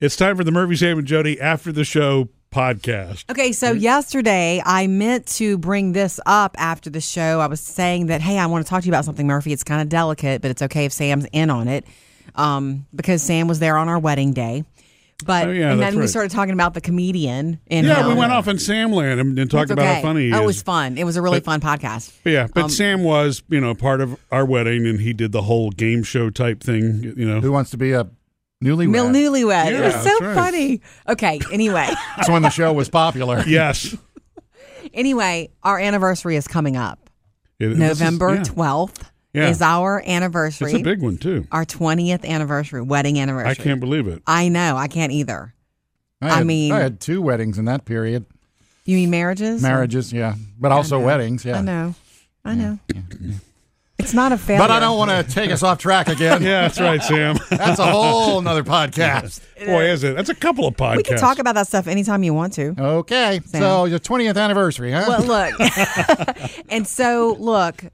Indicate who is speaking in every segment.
Speaker 1: It's time for the Murphy, Sam, and Jody after the show podcast.
Speaker 2: Okay, so yesterday I meant to bring this up after the show. I was saying that, hey, I want to talk to you about something, Murphy. It's kind of delicate, but it's okay if Sam's in on it um, because Sam was there on our wedding day. But
Speaker 1: Oh, yeah,
Speaker 2: and
Speaker 1: that's
Speaker 2: then we
Speaker 1: right.
Speaker 2: started talking about the comedian. And
Speaker 1: Yeah,
Speaker 2: how-
Speaker 1: we went off in Sam land and, and talked
Speaker 2: It's
Speaker 1: about
Speaker 2: okay.
Speaker 1: how funny he
Speaker 2: Oh, it
Speaker 1: is.
Speaker 2: was um, fun. It was a really fun podcast.
Speaker 1: yeah, but Sam was, you know, part of our wedding and he did the whole game show type thing, you know.
Speaker 3: Who wants to be a newlywed?
Speaker 2: Mil Newlywed. it
Speaker 1: Yeah,
Speaker 2: was so
Speaker 1: that's right.
Speaker 2: funny. Okay, anyway.
Speaker 3: That's when the show was popular.
Speaker 1: Yes.
Speaker 2: anyway, our anniversary is coming up.
Speaker 1: It- this is-
Speaker 2: November
Speaker 1: yeah.
Speaker 2: 12th
Speaker 1: Yeah.
Speaker 2: is our anniversary.
Speaker 1: It's a big one, too.
Speaker 2: our 20th anniversary, wedding anniversary.
Speaker 1: I can't believe it.
Speaker 2: I know. I can't either.
Speaker 3: had,
Speaker 2: I mean-
Speaker 3: I had two weddings in that period.
Speaker 2: You mean marriages?
Speaker 3: Marriages, yeah, but also weddings, yeah.
Speaker 2: I know. I know. It's not a failure.
Speaker 3: But I don't want to take us off track again.
Speaker 1: Yeah, that's right, Sam.
Speaker 3: That's a whole nother podcast.
Speaker 1: Boy, is it. That's a couple of podcasts.
Speaker 2: We can talk about that stuff anytime you want to.
Speaker 3: Okay, so your 20th anniversary, huh?
Speaker 2: Well, look. and so, look,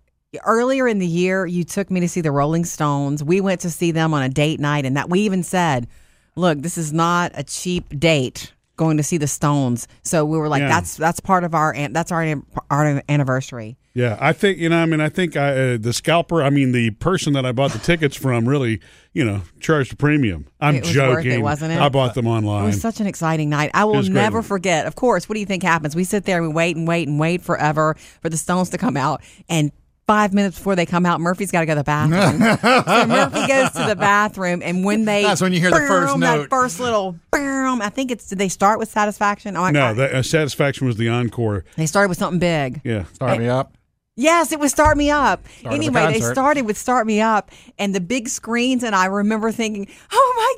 Speaker 2: earlier in the year, you took me to see the Rolling Stones. We went to see them on a date night, and that we even said, look, this is not a cheap date going to see the Stones. So we were like,
Speaker 1: Yeah.
Speaker 2: that's that's part of our an- that's our our anniversary.
Speaker 1: Yeah, I think you know. I mean, I think I, uh, the scalper. I mean, the person that I bought the tickets from really, you know, charged a premium. I'm
Speaker 2: It was
Speaker 1: joking,
Speaker 2: worth it, wasn't it?
Speaker 1: I bought them
Speaker 2: It
Speaker 1: online.
Speaker 2: was such an exciting night. I will
Speaker 1: was a great
Speaker 2: never
Speaker 1: one.
Speaker 2: forget. Of course, what do you think happens? We sit there and we wait and wait and wait forever for the Stones to come out. And five minutes before they come out, Murphy's got to go to the bathroom. so Murphy goes to the bathroom, and when they
Speaker 3: That's when you hear the first
Speaker 2: boom,
Speaker 3: note.
Speaker 2: that first little boom. I think it's did they start with satisfaction? Oh, I-
Speaker 1: no,
Speaker 2: I-
Speaker 1: that, uh, satisfaction was the encore.
Speaker 2: they started with something big.
Speaker 1: Yeah,
Speaker 3: Start me up.
Speaker 2: Yes, it was Start Me Up.
Speaker 3: Start of the
Speaker 2: anyway, they
Speaker 3: concert.
Speaker 2: started with Start Me Up and the big screens, and I remember thinking, oh my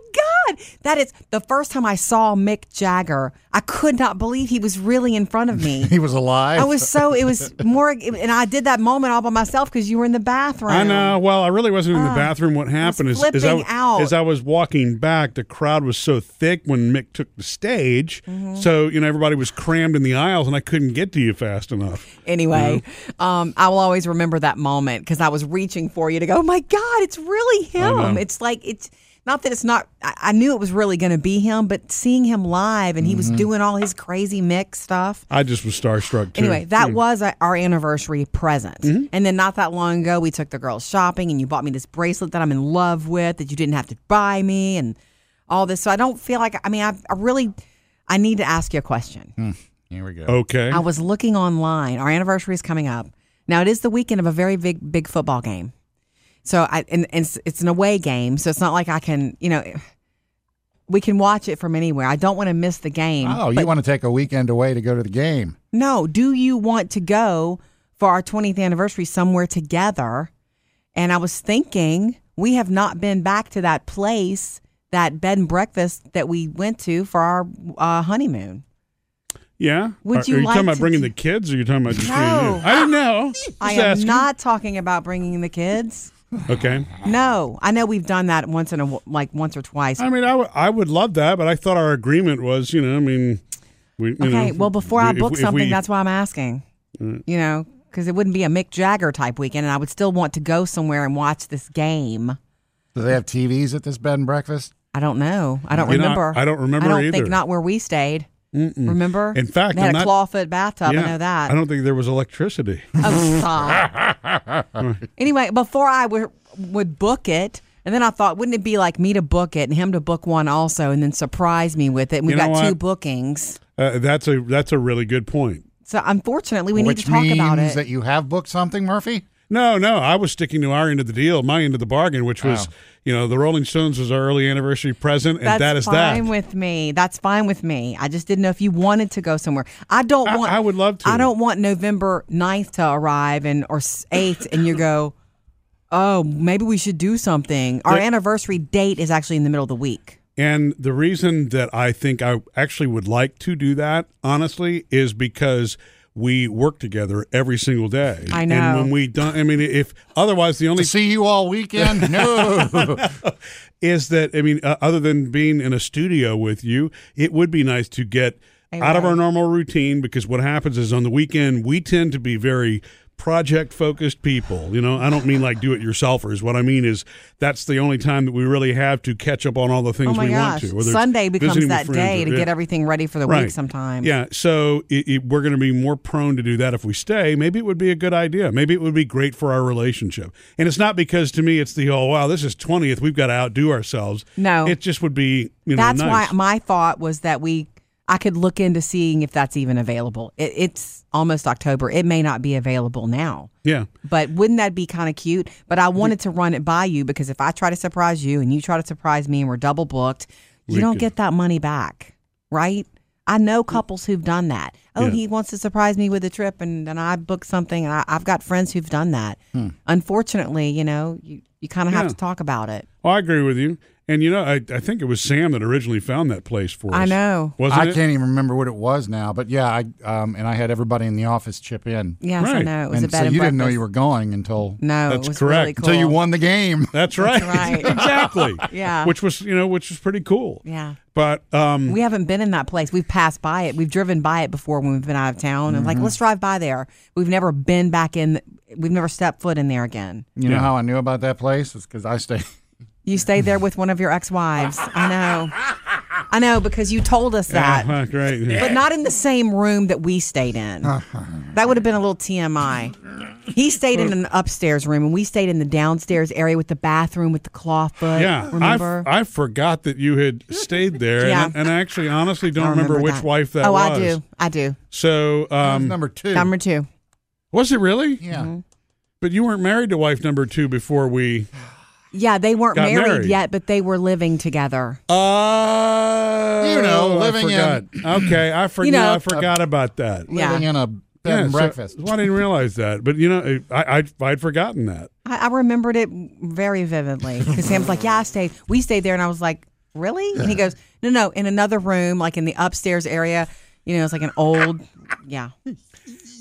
Speaker 2: God, that is the first time I saw Mick Jagger. I could not believe he was really in front of me.
Speaker 3: He was alive.
Speaker 2: I was so, it was more, and I did that moment all by myself because you were in the bathroom.
Speaker 1: I know. Well, I really wasn't in the bathroom. What happened is, is I,
Speaker 2: Ah, flipping out.
Speaker 1: as I was walking back, the crowd was so thick when Mick took the stage,
Speaker 2: Mm-hmm.
Speaker 1: so you know everybody was crammed in the aisles, and I couldn't get to you fast enough.
Speaker 2: Anyway, um, I will always remember that moment because I was reaching for you to go, oh my God, it's really him.
Speaker 1: know.
Speaker 2: It's like, it's not that it's not, I, I knew it was really going to be him, but seeing him live and he was doing all his crazy Mick stuff.
Speaker 1: I just was starstruck. Too. Hmm.
Speaker 2: Anyway, that was a, our anniversary present. And then not that long ago, we took the girls shopping and you bought me this bracelet that I'm in love with that you didn't have to buy me and all this. So I don't feel like, I mean, I, I really, I need to ask you a question.
Speaker 3: Here we go.
Speaker 2: Oh,
Speaker 1: okay.
Speaker 2: I was looking online. Our anniversary is coming up. Now it is the weekend of a very big, big football game. So I and, and it's, it's an away game, so it's not like I can, you know, we can watch it from anywhere. I don't want to miss the game.
Speaker 3: Oh, you
Speaker 2: But
Speaker 3: want to take a weekend away to go to the game?
Speaker 2: no? Do you want to go for our 20th anniversary somewhere together? And I was thinking we have not been back to that place, that bed and breakfast that we went to for our uh, honeymoon.
Speaker 1: Yeah.
Speaker 2: Would
Speaker 1: are,
Speaker 2: you
Speaker 1: are you
Speaker 2: like
Speaker 1: talking about
Speaker 2: to
Speaker 1: bringing
Speaker 2: do-
Speaker 1: the kids or are you talking about just being
Speaker 2: No.
Speaker 1: you? I don't know.
Speaker 2: I
Speaker 1: Just
Speaker 2: am
Speaker 1: asking.
Speaker 2: not talking about bringing the kids.
Speaker 1: Okay.
Speaker 2: No, I know we've done that once in a wh- like once or twice.
Speaker 1: I mean, I would- I would love that, but I thought our agreement was, you know, I mean, we, you know,
Speaker 2: okay, well before I
Speaker 1: if-
Speaker 2: book
Speaker 1: if
Speaker 2: something,
Speaker 1: we- Mm.
Speaker 2: that's why I'm asking. You know, because it wouldn't be a Mick Jagger type weekend, and I would still want to go somewhere and watch this game.
Speaker 3: Do they have TVs at this bed and breakfast?
Speaker 2: I don't know. I don't
Speaker 1: You know,
Speaker 2: remember.
Speaker 1: I don't remember
Speaker 2: I don't think
Speaker 1: either.
Speaker 2: not where we stayed. Remember?
Speaker 1: In fact,
Speaker 2: they had
Speaker 1: I'm
Speaker 2: a
Speaker 1: not-
Speaker 2: clawfoot bathtub. I know that.
Speaker 1: I don't think there was electricity.
Speaker 2: Oh, stop. anyway, before I w- would book it, and then I thought, wouldn't it be like me to book it and him to book one also, and then surprise me with it? And we've
Speaker 1: You know
Speaker 2: got two
Speaker 1: what?
Speaker 2: bookings.
Speaker 1: Uh, that's a that's a really good point.
Speaker 2: So unfortunately, we need
Speaker 3: Which
Speaker 2: to talk
Speaker 3: means
Speaker 2: about it.
Speaker 3: that you have booked something, Murphy?
Speaker 1: No, no, I was sticking to our end of the deal, my end of the bargain, which was, you know, the Rolling Stones was our early anniversary present, and
Speaker 2: That's
Speaker 1: that is that.
Speaker 2: fine with me. That's fine with me. I just didn't know if you wanted to go somewhere. I don't
Speaker 1: I-
Speaker 2: want.
Speaker 1: I would love to.
Speaker 2: I don't want November 9th to arrive and or s- 8th, and you go. Oh, maybe we should do something. Our
Speaker 1: But-
Speaker 2: anniversary date is actually in the middle of the week.
Speaker 1: And the reason that I think I actually would like to do that, honestly, is because we work together every single day.
Speaker 2: I
Speaker 1: And
Speaker 2: know.
Speaker 1: when we don't, I mean, if otherwise the only
Speaker 3: To see you all weekend? No.
Speaker 1: is that I mean, uh, other than being in a studio with you, it would be nice to get out of our normal routine because what happens is on the weekend we tend to be very project focused people. You know, I don't mean like do it yourselfers. What I mean is that's the only time that we really have to catch up on all the things
Speaker 2: Oh my
Speaker 1: we
Speaker 2: gosh.
Speaker 1: want to. whether it's
Speaker 2: Sunday becomes
Speaker 1: visiting with
Speaker 2: that
Speaker 1: friends
Speaker 2: day
Speaker 1: or-
Speaker 2: to
Speaker 1: yeah.
Speaker 2: get everything ready for the
Speaker 1: Right.
Speaker 2: week sometimes.
Speaker 1: Yeah, so it, it, we're going to be more prone to do that if we stay. Maybe it would be a good idea. Maybe it would be great for our relationship. And it's not because to me it's the oh wow this is twentieth we've got to outdo ourselves.
Speaker 2: No.
Speaker 1: it just would be you know
Speaker 2: that's
Speaker 1: nice.
Speaker 2: why my thought was that we I could look into seeing if that's even available. It, it's almost October. It may not be available now.
Speaker 1: yeah.
Speaker 2: But wouldn't that be kind of cute? But I wanted to run it by you because if I try to surprise you and you try to surprise me and we're double booked, you
Speaker 1: We
Speaker 2: don't
Speaker 1: could-
Speaker 2: get that money back, right? I know couples who've done that. Oh,
Speaker 1: Yeah.
Speaker 2: he wants to surprise me with a trip, and then I book something, and I, I've got friends who've done that.
Speaker 3: Hmm.
Speaker 2: Unfortunately, you know, you, you kind of have
Speaker 1: Yeah.
Speaker 2: to talk about it.
Speaker 1: Well, Oh, I agree with you. And you know, I, I think it was Sam that originally found that place for us.
Speaker 2: I know.
Speaker 1: Wasn't
Speaker 3: I
Speaker 1: it?
Speaker 3: can't even remember what it was now, but yeah, I um, and I had everybody in the office chip in.
Speaker 2: Yes, I
Speaker 1: Right.
Speaker 2: know. It was
Speaker 3: and
Speaker 2: a bed
Speaker 3: so
Speaker 2: and
Speaker 3: you didn't know
Speaker 2: breakfast.
Speaker 3: you were going until
Speaker 2: No,
Speaker 1: That's
Speaker 2: it was
Speaker 1: correct.
Speaker 2: really cool.
Speaker 3: until you won the game.
Speaker 1: That's right.
Speaker 2: right.
Speaker 1: exactly.
Speaker 2: Yeah.
Speaker 1: Which was you know, which was pretty cool.
Speaker 2: Yeah.
Speaker 1: But um
Speaker 2: We haven't been in that place. We've passed by it. We've driven by it before when we've been out of town. And like,
Speaker 1: Mm-hmm.
Speaker 2: let's drive by there. We've never been back in. We've never stepped foot in there again.
Speaker 3: You know how I knew about that place? It's because I stayed.
Speaker 2: You stayed there with one of your ex-wives. I know. I know because you told us that,
Speaker 1: uh-huh, great.
Speaker 2: but not in the same room that we stayed in.
Speaker 1: Uh-huh.
Speaker 2: that would have been a little TMI. He stayed in an upstairs room, and we stayed in the downstairs area with the bathroom with the clawfoot.
Speaker 1: Yeah, I,
Speaker 2: remember?
Speaker 1: f- I forgot that you had stayed there,
Speaker 2: Yeah.
Speaker 1: and, I, and I actually honestly don't
Speaker 2: I
Speaker 1: remember, which
Speaker 2: that.
Speaker 1: wife that
Speaker 2: oh,
Speaker 1: was.
Speaker 2: I do. I do.
Speaker 1: So,
Speaker 3: That was
Speaker 1: um,
Speaker 3: number two.
Speaker 2: Number two.
Speaker 1: was it really?
Speaker 3: yeah.
Speaker 1: But you weren't married to wife number two before we.
Speaker 2: Yeah, they weren't
Speaker 1: Got
Speaker 2: married,
Speaker 1: married.
Speaker 2: yet, but they were living together.
Speaker 1: Oh,
Speaker 3: You know, living
Speaker 1: I
Speaker 3: in-
Speaker 1: forgot. okay, I forgot.
Speaker 2: You know.
Speaker 1: I forgot about that.
Speaker 2: Yeah.
Speaker 3: Living in a bed and
Speaker 1: so-
Speaker 3: breakfast.
Speaker 1: well, I didn't realize that, but you know, I, I I'd forgotten that.
Speaker 2: I, I remembered it very vividly because Sam's like, "Yeah, I stayed. We stayed there," and I was like, "Really?" And he goes, "No, no, in another room, like in the upstairs area. You know, it's like an old, yeah,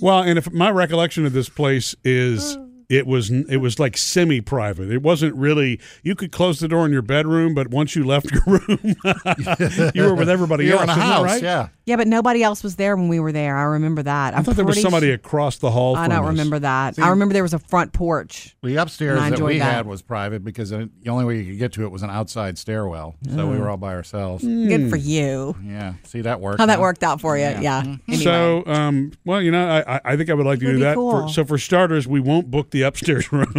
Speaker 1: Well, and if my recollection of this place is it was it was like semi-private. It wasn't really. You could close the door in your bedroom, but once you left your room, you were with everybody
Speaker 3: You're
Speaker 1: else.
Speaker 3: in a
Speaker 1: isn't that
Speaker 3: house,
Speaker 1: right?
Speaker 3: yeah.
Speaker 2: yeah." But nobody else was there when we were there. I remember that.
Speaker 1: I thought there was somebody across the hall.
Speaker 2: I
Speaker 1: from
Speaker 2: don't
Speaker 1: us.
Speaker 2: remember that. I remember there was a front porch.
Speaker 3: The upstairs
Speaker 2: And I
Speaker 3: that we
Speaker 2: enjoyed that.
Speaker 3: had was private because uh, the only way you could get to it was an outside stairwell. So
Speaker 2: Mm.
Speaker 3: we were all by ourselves.
Speaker 2: Good
Speaker 1: Hmm.
Speaker 2: for you.
Speaker 3: Yeah. See, that worked.
Speaker 2: How Mm. that
Speaker 3: huh?
Speaker 2: worked out for you? Yeah.
Speaker 1: Mm-hmm.
Speaker 2: Anyway.
Speaker 1: So, um, well, you know, I, I- I think I would like to
Speaker 2: That'd
Speaker 1: do
Speaker 2: be
Speaker 1: that.
Speaker 2: cool.
Speaker 1: For, so, for starters, we won't book the upstairs room,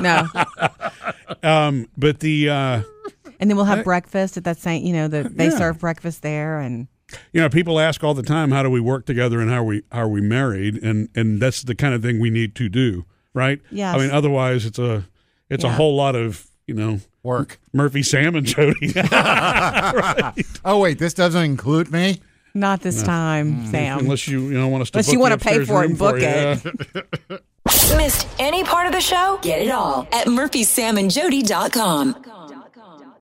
Speaker 2: no,
Speaker 1: but the uh,
Speaker 2: and then we'll have breakfast at that same. You know, the, they
Speaker 1: Yeah.
Speaker 2: serve breakfast there, and
Speaker 1: you know people ask all the time, how do we work together and how are we how are we married? And and that's the kind of thing we need to do, right?
Speaker 2: Yes.
Speaker 1: I mean, otherwise, it's a it's a
Speaker 2: Yeah.
Speaker 1: whole lot of you know
Speaker 3: Work.
Speaker 1: Murphy, Sam, and Jody.
Speaker 3: Oh, wait, this doesn't include me?
Speaker 2: not this time,
Speaker 1: Mm-hmm.
Speaker 2: Sam.
Speaker 1: unless you you know want us to
Speaker 2: Unless
Speaker 1: book
Speaker 2: you
Speaker 1: the
Speaker 2: wanna pay
Speaker 1: upstairs
Speaker 2: for it
Speaker 1: room
Speaker 2: and book
Speaker 1: for you.
Speaker 2: it.
Speaker 1: Yeah.
Speaker 4: Missed any part of the show? Get it all at murphysamandjody.com.